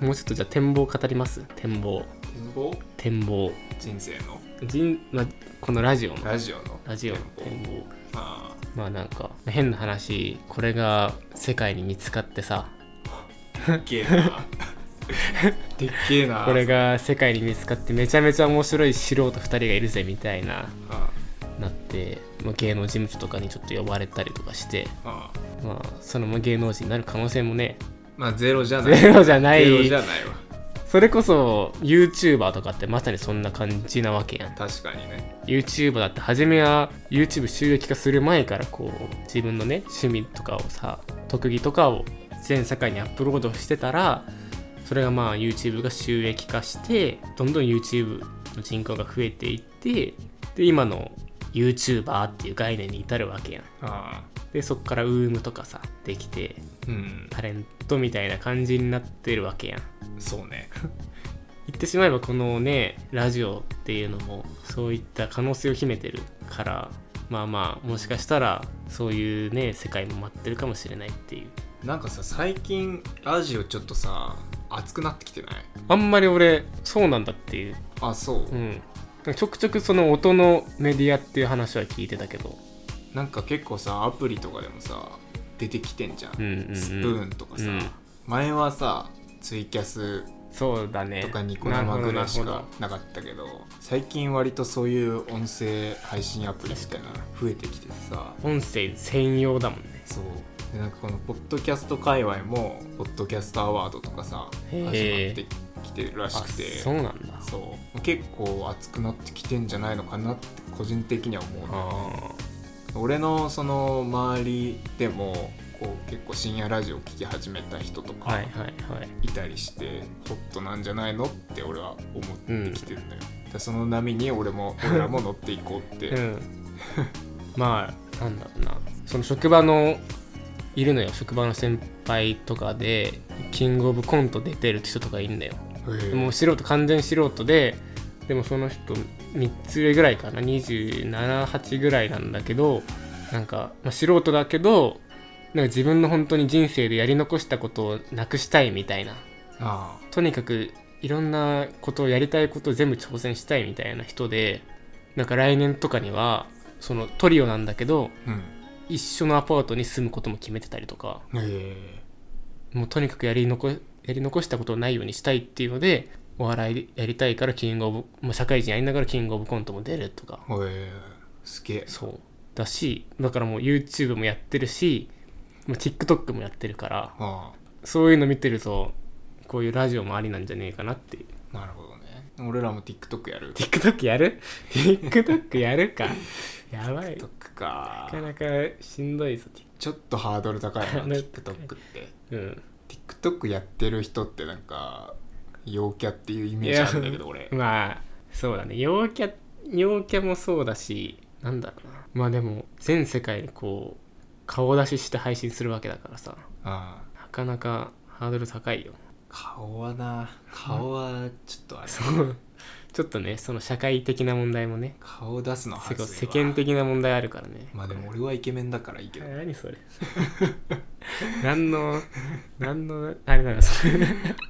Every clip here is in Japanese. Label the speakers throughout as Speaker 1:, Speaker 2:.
Speaker 1: もうちょっとじゃあ展望語ります展望
Speaker 2: 展望
Speaker 1: 展望
Speaker 2: 人生の
Speaker 1: 人、まあ、このラジオの
Speaker 2: ラジオの
Speaker 1: ラジオの
Speaker 2: 展
Speaker 1: 展望
Speaker 2: あ
Speaker 1: まあなんか変な話これが世界に見つかってさ
Speaker 2: あでっけえなでっけえな
Speaker 1: これが世界に見つかってめちゃめちゃ面白い素人2人がいるぜみたいな
Speaker 2: あ
Speaker 1: なって、まあ、芸能事務所とかにちょっと呼ばれたりとかして、
Speaker 2: あああ
Speaker 1: まあ、そのまま芸能人になる可能性も ね
Speaker 2: まあゼロじゃない
Speaker 1: ゼロじゃ ない
Speaker 2: ゼロじゃないわ
Speaker 1: それこそ YouTuber とかってまさにそんな感じなわけやん
Speaker 2: 確かにね
Speaker 1: YouTuber だって初めは YouTube 収益化する前からこう自分のね趣味とかをさ特技とかを全世界にアップロードしてたらそれがまあ YouTube が収益化してどんどん YouTube の人口が増えていってで今の YouTuber っていう概念に至るわけやん
Speaker 2: ああ
Speaker 1: でそっから UM とかさできて
Speaker 2: うん
Speaker 1: タレントみたいな感じになってるわけやん
Speaker 2: そうね
Speaker 1: 言ってしまえばこのねラジオっていうのもそういった可能性を秘めてるからまあまあもしかしたらそういうね世界も待ってるかもしれないっていう
Speaker 2: なんかさ最近ラジオちょっとさ熱くなってきてない
Speaker 1: あんまり俺そうなんだっていう
Speaker 2: あそう、
Speaker 1: うんちょくちょくその音のメディアっていう話は聞いてたけど
Speaker 2: なんか結構さアプリとかでもさ出てきてんじゃん,、
Speaker 1: うんうんうん
Speaker 2: スプーンとかさ、
Speaker 1: うん
Speaker 2: 前はさツイキャス
Speaker 1: そうだね
Speaker 2: とかニコ生ぐらいし
Speaker 1: なる
Speaker 2: か
Speaker 1: ほど
Speaker 2: なかったけど最近割とそういう音声配信アプリみたいなの増えてきててさ
Speaker 1: 音声専用だもんね
Speaker 2: そうでなんかこのポッドキャスト界隈もポッドキャストアワードとかさ
Speaker 1: へ
Speaker 2: 始
Speaker 1: ー
Speaker 2: まってきてるらし
Speaker 1: あ
Speaker 2: くて
Speaker 1: そうなんだ
Speaker 2: そう結構熱くなってきてんじゃないのかなって個人的には思うな
Speaker 1: あ
Speaker 2: 俺のその周りでもこう結構深夜ラジオ聞き始めた人と
Speaker 1: あは
Speaker 2: か
Speaker 1: いはいはい
Speaker 2: いたりして、ホットなんじゃないのって俺は思ってきてるのよ、だからその波に俺 も俺らも乗っていこうって、
Speaker 1: うん、 まあなんだろうなその職場のいるのよ職場の先輩とかでキングオブコント出てる人とかいるんだよ、
Speaker 2: へえ
Speaker 1: もう素人完全素人ででもその人3つ上ぐらいかな278ぐらいなんだけどなんか、まあ、素人だけどなんか自分の本当に人生でやり残したことをなくしたいみたいな
Speaker 2: あ
Speaker 1: とにかくいろんなことをやりたいことを全部挑戦したいみたいな人でなんか来年とかにはそのトリオなんだけど
Speaker 2: あ
Speaker 1: 一緒のアパートに住むことも決めてたりとか
Speaker 2: うんへ
Speaker 1: もうとにかくやり残やり残したことをないようにしたいっていうのでお笑いやりたいからキングオブもう社会人やりながらキングオブコントも出るとか
Speaker 2: えへえすげえ
Speaker 1: そうだしだからもう YouTube もやってるしもう TikTok もやってるから
Speaker 2: あ
Speaker 1: そういうの見てるとこういうラジオもありなんじゃねえかなっていう
Speaker 2: あなるほどね俺らも TikTok やる
Speaker 1: TikTok やる ?TikTok やるか。やばい。な
Speaker 2: TikTok か
Speaker 1: かなかしんどいぞ。
Speaker 2: ちょっとハードル高いな
Speaker 1: TikTok
Speaker 2: TikTok って
Speaker 1: うん。
Speaker 2: TikTok やってる人ってなんか陽キャっていうイメージあるんだけど俺
Speaker 1: まあ、そうだね。陽キャ、陽キャもそうだし、なんだろうな。まあでも、全世界にこう、顔出しして配信するわけだからさ、
Speaker 2: ああ
Speaker 1: なかなかハードル高いよ。
Speaker 2: 顔はな顔はちょっとあれ
Speaker 1: そう。ちょっとね、その社会的な問題もね、
Speaker 2: 顔出すの
Speaker 1: 世
Speaker 2: 恥ずいわ
Speaker 1: 世間的な問題あるからね。
Speaker 2: まあでも俺はイケメンだからいいけど
Speaker 1: 何それ何の何のあれなのそれ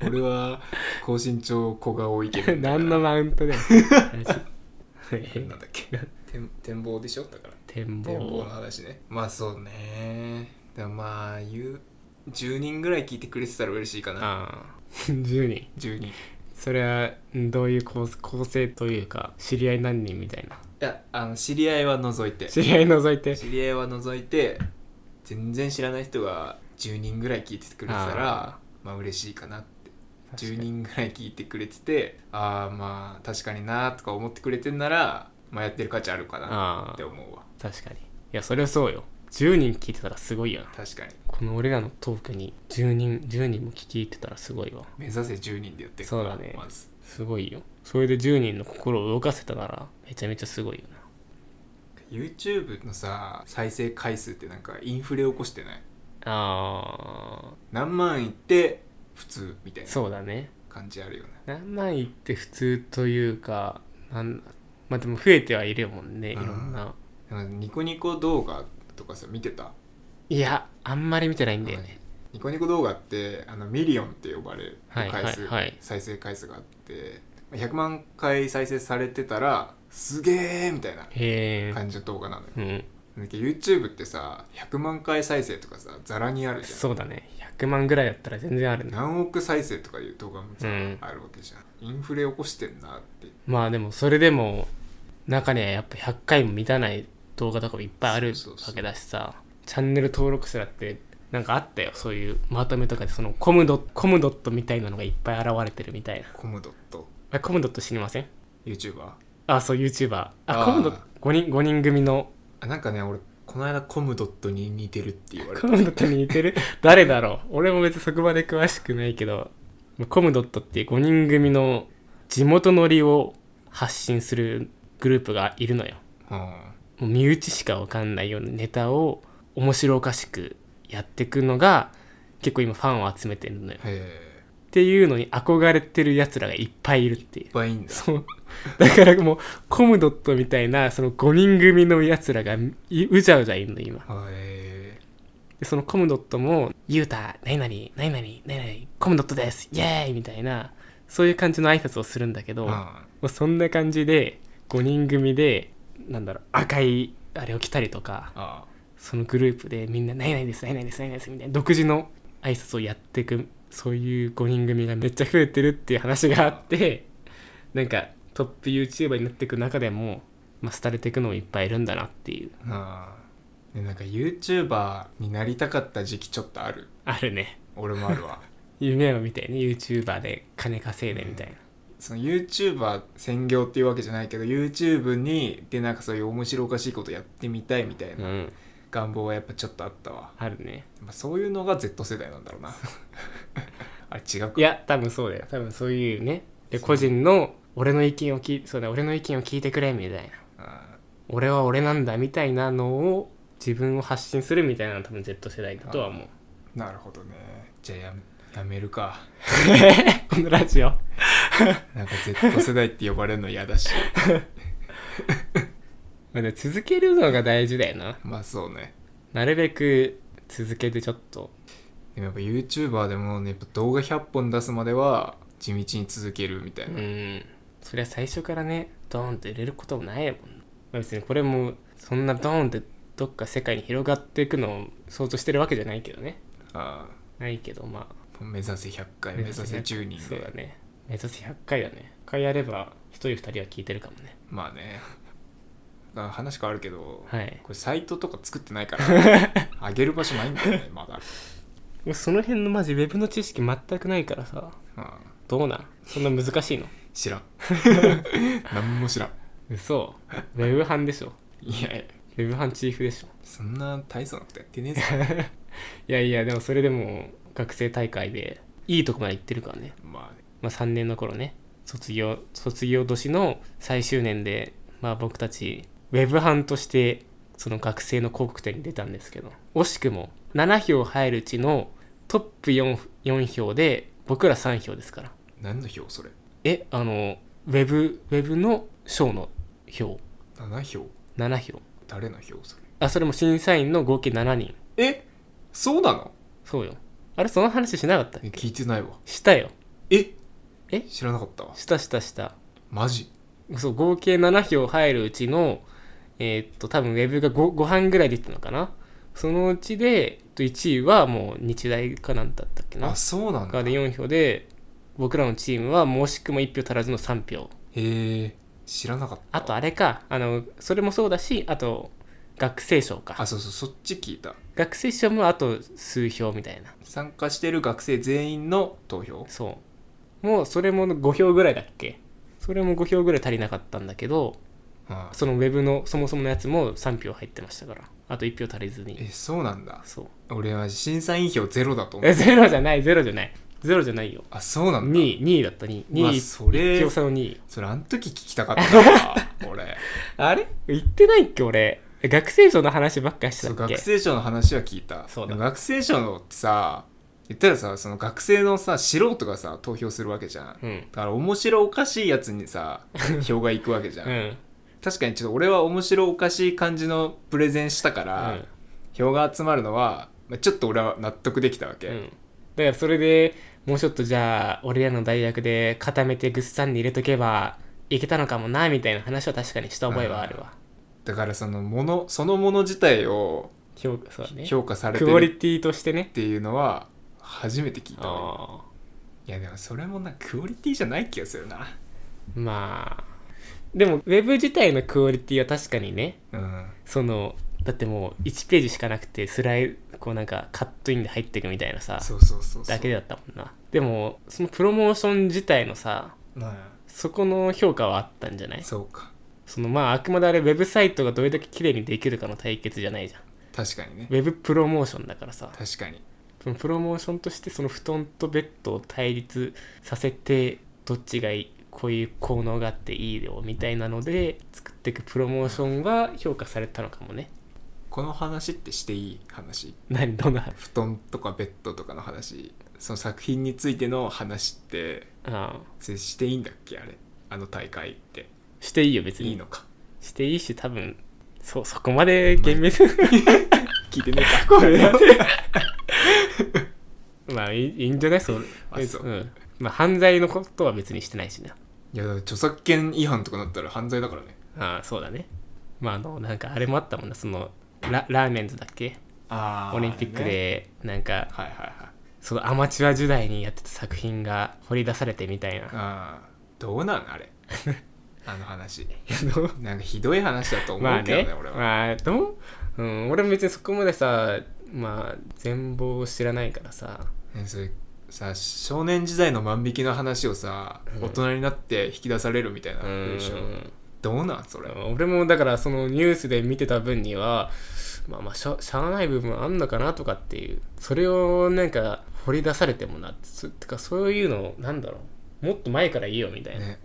Speaker 2: 俺は高身長小顔イケメンだから
Speaker 1: 何のマウントだよ
Speaker 2: なんだっけ展展望でしょだから
Speaker 1: 展
Speaker 2: 展望の
Speaker 1: 望
Speaker 2: 話ねまあそうねでもまあ言う10人ぐらい聞いてくれてたら嬉しいかな
Speaker 1: ああ10人
Speaker 2: 10人い
Speaker 1: それはんどういう構構成というか知り合い何人みたいな
Speaker 2: やあの知り合いは除いて
Speaker 1: 知り合い除いて
Speaker 2: 知り合いは除いて全然知らない人が10人ぐらい聞いてくれてたら
Speaker 1: あ
Speaker 2: まあ嬉しいかなって
Speaker 1: 確かに
Speaker 2: 10人ぐらい聞いてくれててああまあ確かになーとか思ってくれてんなら、まあ、やってる価値あるかなって思うわ
Speaker 1: 確かにいやそれはそうよ10人聞いてたらすごいよな
Speaker 2: 確かに
Speaker 1: この俺らのトークに10人10人も聞いてたらすごいわ
Speaker 2: 目指せ10人でやってく
Speaker 1: そうだね
Speaker 2: まず
Speaker 1: すごいよそれで10人の心を動かせたならめちゃめちゃすごいよな
Speaker 2: YouTube のさ再生回数ってなんかインフレ起こしてない
Speaker 1: あ
Speaker 2: 何万いって普通みたい
Speaker 1: ー
Speaker 2: な
Speaker 1: そうだね
Speaker 2: 感じあるよね
Speaker 1: 何枚って普通というかなんまあでも増えてはいるもんねい
Speaker 2: うん
Speaker 1: ろんな
Speaker 2: なんかニコニコ動画とかさ見てた
Speaker 1: いやあんまり見てないんだよね
Speaker 2: ニコニコ動画ってあのミリオンって呼ばれる
Speaker 1: はい
Speaker 2: 回数、
Speaker 1: はいはい
Speaker 2: 再生回数があって100万回再生されてたらすげえみたいな
Speaker 1: へえ
Speaker 2: 感じの動画なのよ、
Speaker 1: うん
Speaker 2: だけど YouTube ってさ100万回再生とかさざらにあるじゃん
Speaker 1: そうだね100万ぐらいだったら全然あるね
Speaker 2: 何億再生とかいう動画もさ、
Speaker 1: うん
Speaker 2: あるわけじゃんインフレ起こしてんなって
Speaker 1: まあでもそれでも中にはやっぱ100回も満たない動画とかもいっぱいある
Speaker 2: そうそうそ
Speaker 1: わ
Speaker 2: う
Speaker 1: けだしさチャンネル登録者だってなんかあったよそういうまとめとかでそのコムドコムドットみたいなのがいっぱい現れてるみたいな
Speaker 2: コムドット
Speaker 1: あコムドット知りません
Speaker 2: YouTuber
Speaker 1: あそう YouTuber あ
Speaker 2: あー
Speaker 1: コムド5人五人組の
Speaker 2: あなんかね俺この間コムドットに似てるって言われ
Speaker 1: コ
Speaker 2: た
Speaker 1: ムドットに似てる誰だろう俺も別にそこまで詳しくないけどコムドットっていう5人組の地元乗りを発信するグループがいるのよ
Speaker 2: うん
Speaker 1: もう身内しかわかんないようなネタを面白おかしくやってくのが結構今ファンを集めてるのよ
Speaker 2: へえ
Speaker 1: っていうのに憧れてるやつらがいっぱいいるっていう
Speaker 2: いっぱいいんだ
Speaker 1: そうだからもうコムドットみたいなその5人組のやつらがいうじゃうじゃいるの今
Speaker 2: はいえ
Speaker 1: でそのコムドットも「ゆうた何々何々何々コムドットですイエーイ!」みたいなそういう感じの挨拶をするんだけど、も
Speaker 2: あ
Speaker 1: うそんな感じで5人組でなんだろう赤いあれを着たりとか
Speaker 2: あ
Speaker 1: そのグループでみんな「ないないですないないですないないです」みたいな独自の挨拶をやっていくそういう5人組がめっちゃ増えてるっていう話があってなんかトップ YouTuber になっていく中でも、まあ、廃れていくのもいっぱいいるんだなっていう
Speaker 2: ああでなんか YouTuber になりたかった時期ちょっとある
Speaker 1: あるね
Speaker 2: 俺もあ るわ
Speaker 1: 夢を見てね YouTuber で金稼いでみたいな、、
Speaker 2: その YouTuber 専業っていうわけじゃないけど YouTube にでなんかそういう面白おかしいことやってみたいみたいうなん願望はやっぱちょっとあったわ、
Speaker 1: あるね
Speaker 2: まあ、そういうのが Z 世代なんだろ うなあれ違う
Speaker 1: い
Speaker 2: か
Speaker 1: や多分そうだよ多分そういうねで個人の俺の意見を聞いそうだ俺の意見を聞いてくれみたいな
Speaker 2: あ
Speaker 1: 俺は俺なんだみたいなのを自分を発信するみたいなのが多分 Z 世代だとは思う
Speaker 2: あなるほどねじゃあやめやめるか
Speaker 1: このラジオ
Speaker 2: なんか Z 世代って呼ばれるの嫌だし
Speaker 1: まあでも続けるのが大事だよな
Speaker 2: まあそうね
Speaker 1: なるべく続けてちょっと
Speaker 2: でもやっぱ YouTuber でもねやっぱ動画100本出すまでは地道に続けるみたいうな、
Speaker 1: んそりゃ最初からねドーンと入れることもないもん、まあ、別にこれもそんなドーンってどっか世界に広がっていくのを想像してるわけじゃないけどね
Speaker 2: あ
Speaker 1: ないけどまあ
Speaker 2: あ目指せ100回目指せ10人
Speaker 1: そうだ
Speaker 2: で、
Speaker 1: ね目指せ100回だね1回やれば1人2人は聞いてるかもね
Speaker 2: まあねあ話変わるけど、
Speaker 1: はい
Speaker 2: これサイトとか作ってないから 上げる場所ないんだよねまだ、
Speaker 1: もうその辺のマジウェブの知識全くないからさ
Speaker 2: うん、
Speaker 1: どうなんそんな難しいの
Speaker 2: 知ら ん何も知らん
Speaker 1: 嘘ウェブ班でしょ
Speaker 2: いやいや
Speaker 1: ウェブ班チーフでしょ
Speaker 2: そんな大層なことやって ねえぞ
Speaker 1: いやいやでもそれでも学生大会でいいとこまで行ってるからね、
Speaker 2: まあね
Speaker 1: まあ、3年の頃ね卒業卒業年の最終年で、まあ、僕たちウェブ班としてその学生の広告展に出たんですけど惜しくも7票入るうちのトップ 4, 4票で僕ら3票ですから
Speaker 2: 何の票それ
Speaker 1: えあのウェブウェブの賞の票
Speaker 2: 7票
Speaker 1: 7票
Speaker 2: 誰の票そ
Speaker 1: あそれも審査員の合計7人
Speaker 2: れえそうなの
Speaker 1: そうよあれその話しなかったっ
Speaker 2: え
Speaker 1: け
Speaker 2: 聞いてないわ
Speaker 1: したよ
Speaker 2: え
Speaker 1: え
Speaker 2: 知らなかったわ
Speaker 1: したしたした
Speaker 2: マジ
Speaker 1: そう合計7票入るうちのえーっと多分ウェブが 5, 5班ぐらい出てたのかなそのうちでえっと1位はもう日大かなんだったっけな
Speaker 2: あそうなんだ
Speaker 1: が
Speaker 2: へ
Speaker 1: で4票で僕らのチームはもう惜しくも1票足らずの3票
Speaker 2: え知らなかった
Speaker 1: あとあれかあのそれもそうだしあと学生賞か
Speaker 2: あそうそうそっち聞いた
Speaker 1: 学生賞もあと数票みたいな
Speaker 2: 参加してる学生全員の投票
Speaker 1: そうもうそれも5票ぐらいだっけそれも5票ぐらい足りなかったんだけど
Speaker 2: あ
Speaker 1: そのウェブのそもそものやつも3票入ってましたからあと1票足りずに
Speaker 2: えそうなんだ
Speaker 1: そう
Speaker 2: 俺は審査員票ゼロだと思
Speaker 1: え
Speaker 2: う
Speaker 1: ゼロじゃないゼロじゃないゼロじゃないよ
Speaker 2: あそうなんだ
Speaker 1: 2位2位だった2位
Speaker 2: うわ
Speaker 1: 2位
Speaker 2: それ
Speaker 1: 1票差の2位
Speaker 2: それあの時聞きたかった わ俺
Speaker 1: あれ言ってないっけ俺え学生賞の話ばっかりして
Speaker 2: そう
Speaker 1: たっけ
Speaker 2: 学生賞の話は聞いた
Speaker 1: そうだ
Speaker 2: でも学生賞のってさ言ったらさその学生のさ素人がさ投票するわけじゃん、だ
Speaker 1: うん
Speaker 2: から面白おかしいやつにさ票がいくわけじゃん、
Speaker 1: うん
Speaker 2: 確かにちょっと俺は面白おかしい感じのプレゼンしたか
Speaker 1: う
Speaker 2: ら、
Speaker 1: ん
Speaker 2: 票が集まるのはまあ、ちょっと俺は納得できたわけ、
Speaker 1: うん、だからそれでもうちょっとじゃあ俺らの大学で固めてぐっさんに入れとけばいけたのかもなみたいな話は確かにした覚えはあるわ
Speaker 2: だからそのものそのもの自体を
Speaker 1: 評価そうだね
Speaker 2: 評価されて
Speaker 1: クオ
Speaker 2: る
Speaker 1: リティとしてね
Speaker 2: っていうのは初めて聞いたわ
Speaker 1: あ
Speaker 2: いやでもそれもなクオリティじゃない気がするな
Speaker 1: ーまあでもウェブ自体のクオリティは確かにね
Speaker 2: うん
Speaker 1: そのだってもう1ページしかなくてスライこうなんかカットインで入っていくみたいなさ
Speaker 2: そうそうそうそう
Speaker 1: だけだったもんなでもそのプロモーション自体のさ
Speaker 2: ま
Speaker 1: そこの評価はあったんじゃな
Speaker 2: あ
Speaker 1: い
Speaker 2: そうか
Speaker 1: そのまああくまであれウェブサイトがどれだけ綺麗にできるかの対決じゃないじゃん
Speaker 2: 確かにね
Speaker 1: ウェブプロモーションだからさ
Speaker 2: 確かに
Speaker 1: そのプロモーションとしてその布団とベッドを対立させてどっちがいいこういう効能があっていいよみたいなので作っていくプロモーションは評価されたのかもね
Speaker 2: この話ってしていい話
Speaker 1: 何どんな
Speaker 2: 布団とかベッドとかの話その作品についての話って
Speaker 1: ああ
Speaker 2: それしていいんだっけあれあの大会って
Speaker 1: していいよ別に
Speaker 2: いいのか
Speaker 1: していいし多分そうそこまで厳密
Speaker 2: 聞いてねえかこ れ
Speaker 1: まあいいいいんじゃないそう
Speaker 2: あそうん
Speaker 1: まあ、犯罪のことは別にしてないしない
Speaker 2: やだから著作権違反とかなったら犯罪だからね
Speaker 1: ああそうだねまああのなんかあれもあったもんなそのララーメンズだっけ
Speaker 2: あ
Speaker 1: オリンピックでなんか
Speaker 2: はいはいはい
Speaker 1: そのアマチュア時代にやってた作品が掘り出されてみたいな
Speaker 2: ああどうなん あれあの話なんかひどい話だと思
Speaker 1: まあ
Speaker 2: うけどね
Speaker 1: ね
Speaker 2: 俺は、
Speaker 1: まあどう、うん、俺も別にそこまでさまあ全貌を知らないからさ
Speaker 2: ねそれさ少年時代の万引きの話をさ、
Speaker 1: うん
Speaker 2: 大人になって引き出されるみたいな
Speaker 1: う
Speaker 2: のでしょ
Speaker 1: ん
Speaker 2: どうなんそれ
Speaker 1: 俺もだからそのニュースで見てた分にはまあまあしゃしゃあない部分あんのかなとかっていうそれをなんか掘り出されてもなってそてかそういうのなんだろうもっと前から言えよみたいな、
Speaker 2: ね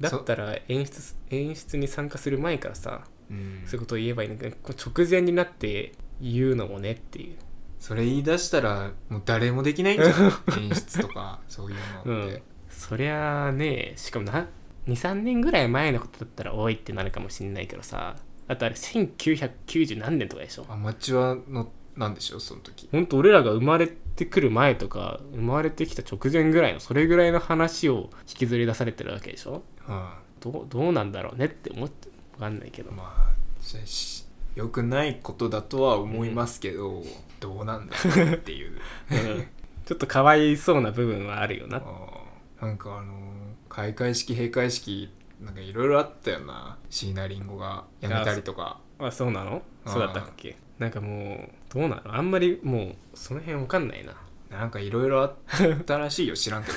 Speaker 1: だったら演出す演出に参加する前からさ
Speaker 2: うん
Speaker 1: そういうことを言えばいいのにこう直前になって言うのもねっていう
Speaker 2: それ言い出したらもう誰もできないんじゃ ん演出とかそういう
Speaker 1: う
Speaker 2: のって、
Speaker 1: んそりゃあねしかもな23年ぐらい前のことだったら多いってなるかもしんないけどさあとあれ1990何年とかでしょ
Speaker 2: アマチュアのなんでしょうその時
Speaker 1: ほんと俺らが生まれてくる前とか生まれてきた直前ぐらいのそれぐらいの話を引きずり出されてるわけでしょ
Speaker 2: うんま
Speaker 1: どうどうなんだろうねって思って分かんない けど
Speaker 2: あししよくないことだとは思いますけど、どうなんだろうっていう
Speaker 1: うんちょっとかわいそうな部分はあるよな
Speaker 2: あーなんかあのー開会式閉会式なんかいろいろあったよな椎名林檎が辞めたりとか
Speaker 1: あそうなの
Speaker 2: あー
Speaker 1: そうだったっけなんかもうどうなのあんまりもうその辺わかんないな
Speaker 2: なんかいろいろあったらしいよ知 らんけど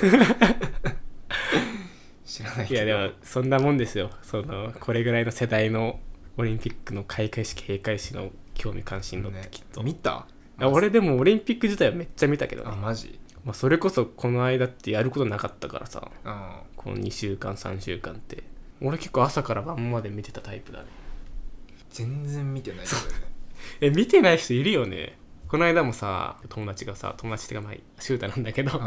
Speaker 2: 知らない
Speaker 1: い
Speaker 2: けど
Speaker 1: やでもそんなもんですよそのこれぐらいの世代のオリンピックの開会式閉会式の興味関心度って
Speaker 2: ね
Speaker 1: きっと、
Speaker 2: 見た
Speaker 1: あ俺でもオリンピック自体はめっちゃ見たけどね
Speaker 2: あマジ
Speaker 1: まあ、それこそこの間ってやることなかったからさ
Speaker 2: うん
Speaker 1: この2週間3週間って俺結構朝から晩まで見てたタイプだね
Speaker 2: 全然見てないけどね
Speaker 1: え見てない人いるよねこの間もさ友達がさ友達っていうかまあシュータなんだけど
Speaker 2: う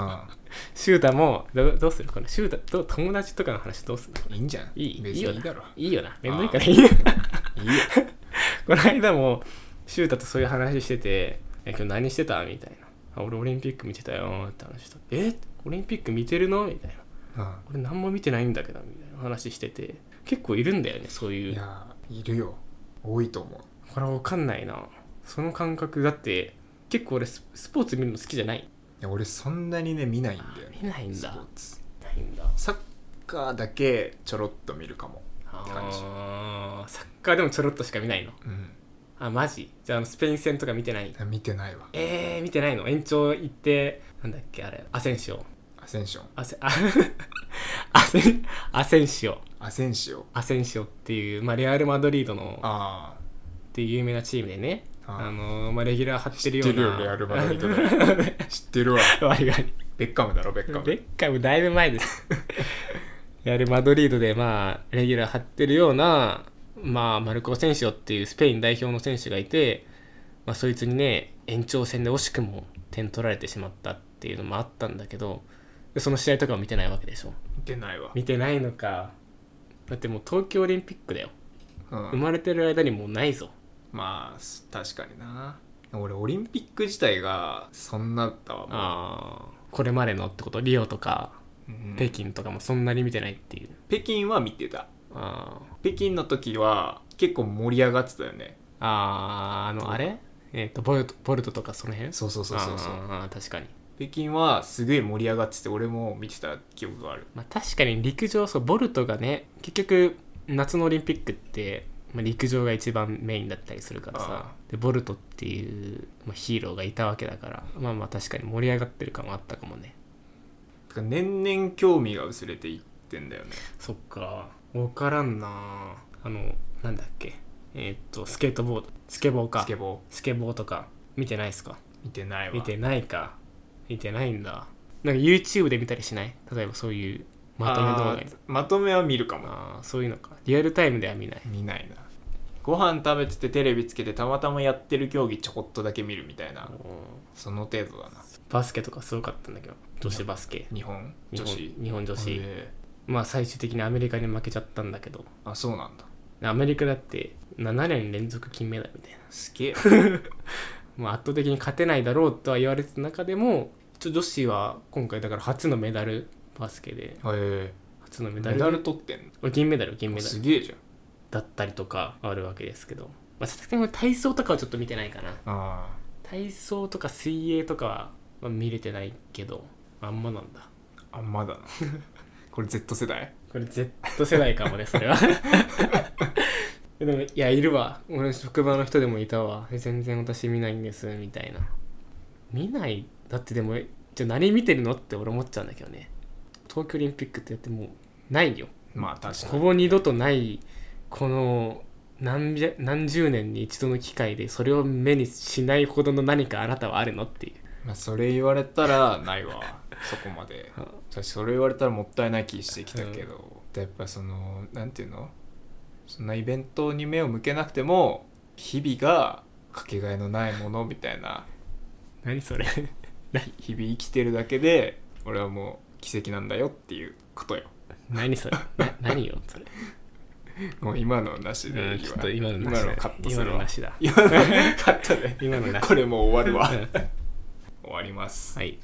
Speaker 1: シュータもどどうするこのシュータと友達とかの話どうする
Speaker 2: んいいんじゃん
Speaker 1: いい
Speaker 2: 別
Speaker 1: いいよ
Speaker 2: に
Speaker 1: ない
Speaker 2: いだろ
Speaker 1: いいよなめん どいからいいよ
Speaker 2: いいよ
Speaker 1: この間もシュータとそういう話してて「え今日何してた?」みたいなあ「俺オリンピック見てたよ」って話した「えオリンピック見てるの?」みたいな
Speaker 2: う
Speaker 1: 俺何も見てないんだけどみたいな話してて結構いるんだよねそうんい
Speaker 2: いうやいるよ多いと思う
Speaker 1: これわかんないなその感覚だって結構俺ススポーツ見るの好きじゃない
Speaker 2: いや俺そんなにね見ないんだよね
Speaker 1: 見ないん
Speaker 2: スポ
Speaker 1: だ
Speaker 2: ーツ
Speaker 1: ないんだ
Speaker 2: サッカーだけちょろっと見るかもって感じ
Speaker 1: あーサッカーでもちょろっとしか見ないの
Speaker 2: うん
Speaker 1: あマジじゃああのスペイン戦とか見てない
Speaker 2: 見てないわ
Speaker 1: えー、見てないの延長行ってなんだっけあれアセンシオ
Speaker 2: アセンション
Speaker 1: アセ アセンアセンシオ
Speaker 2: アセンシオ
Speaker 1: アセンシオっていう、まあ、レアル・マドリードの
Speaker 2: あ
Speaker 1: っていう有名なチームでね
Speaker 2: あ
Speaker 1: あ
Speaker 2: ー
Speaker 1: の、まあ、レギュラー張ってる
Speaker 2: 知っ
Speaker 1: ような
Speaker 2: てるよレアル・マドリード ね知ってるわ
Speaker 1: 割り割
Speaker 2: ベッカムだろベッ
Speaker 1: り
Speaker 2: カム
Speaker 1: ベッカムだいぶ前です レアル・マドリードでまあレギュラー張ってるようなまあマルコ・センシオっていうスペイン代表の選手がいて、まあ、そいつにね延長戦で惜しくも点取られてしまったっていうのもあったんだけどでその試合とかは見てないわけでしょ
Speaker 2: 見てないわ
Speaker 1: 見てないのかだってもう東京オリンピックだよ
Speaker 2: うん
Speaker 1: 生まれてる間にもうないぞ
Speaker 2: まあす確かにな俺オリンピック自体がそんなだったわもう
Speaker 1: ああこれまでのってことリオとか
Speaker 2: うん
Speaker 1: 北京とかもそんなに見てないっていう、
Speaker 2: 北京は見てた
Speaker 1: あ
Speaker 2: 北京の時は結構盛り上がってたよね
Speaker 1: ああーあのあれえっ、とボルトボルトとかその辺
Speaker 2: そうそうそうそうそう
Speaker 1: あー確かに
Speaker 2: 北京はすげえ盛り上がってて俺も見てた記憶がある
Speaker 1: まあ、確かに陸上そうボルトがね結局夏のオリンピックって、まあ、陸上が一番メインだったりするからさ
Speaker 2: あ
Speaker 1: でボルトっていう、まあ、ヒーローがいたわけだからまあまあ確かに盛り上がってる感はあったかもね
Speaker 2: てか年々興味が薄れていってんだよね
Speaker 1: そっか分からんなあのなんだっけえーっとスケートボードスケボーか
Speaker 2: スケボ
Speaker 1: スケボーとか見てないっすか
Speaker 2: ー見てないわ
Speaker 1: 見てないか見てないんだなんか YouTube で見たりしない例えばそういうまとめ動画
Speaker 2: あ
Speaker 1: に
Speaker 2: ーまとめは見るかも
Speaker 1: ああーそういうのかリアルタイムでは見ない
Speaker 2: 見ないなご飯食べててテレビつけてたまたまやってる競技ちょこっとだけ見るみたいなその程度だな
Speaker 1: バスケとかすごかったんだけど女子バスケ
Speaker 2: 日本
Speaker 1: 日
Speaker 2: 女
Speaker 1: 本
Speaker 2: 子
Speaker 1: 日本女子
Speaker 2: へ
Speaker 1: まあ最終的にアメリカに負けちゃったんだけど
Speaker 2: ーあそうなんだ
Speaker 1: アメリカだって7年連続金メダルみたいな、
Speaker 2: す げえ
Speaker 1: まあ、圧倒的に勝てないだろうとは言われてた中でもちょ女子は今回だから初のメダルバスケで
Speaker 2: へ
Speaker 1: 初のメ
Speaker 2: え
Speaker 1: ダ
Speaker 2: メ
Speaker 1: ル
Speaker 2: ダル取ってん
Speaker 1: 銀メダル銀メ
Speaker 2: の
Speaker 1: ダル
Speaker 2: すげえじゃん
Speaker 1: だったりとかあるわけですけど、まあ、さすがに体操とかはちょっと見てないかな
Speaker 2: あ
Speaker 1: 体操とか水泳とかは、まあ、見れてないけどあんまなんだ
Speaker 2: ああんまだなこれ Z 世代
Speaker 1: これ Z 世代かもねそれは でもいやいるわ俺の職場の人でもいたわ全然私見ないんですみたいな見ないだってでもじゃあ何見てるのって俺思っちゃうんだけどね東京オリンピックってやってもうないよ
Speaker 2: まあ確か
Speaker 1: ほ
Speaker 2: に
Speaker 1: ぼ二度とないこの何百何十年に一度の機会でそれを目にしないほどの何かあなたはあるのっていう
Speaker 2: まあそれ言われたらないわそこまで
Speaker 1: は
Speaker 2: 私それ言われたらもったいない気してきたけど、やっぱそのなんていうのそんなイベントに目を向けなくても日々がかけがえのないものみたいな
Speaker 1: 何 それ
Speaker 2: 日々生きてるだけで俺はもう奇跡なんだよっていうことよ
Speaker 1: 何それな何よそれ
Speaker 2: もう今のなしでいい わ、
Speaker 1: うんちょっと今のなしだ
Speaker 2: 今のカットす
Speaker 1: 今
Speaker 2: る
Speaker 1: の
Speaker 2: わ
Speaker 1: なしだ
Speaker 2: 今のカットで
Speaker 1: 今のなし
Speaker 2: これもう終わるわ
Speaker 1: うん
Speaker 2: 終わります
Speaker 1: はい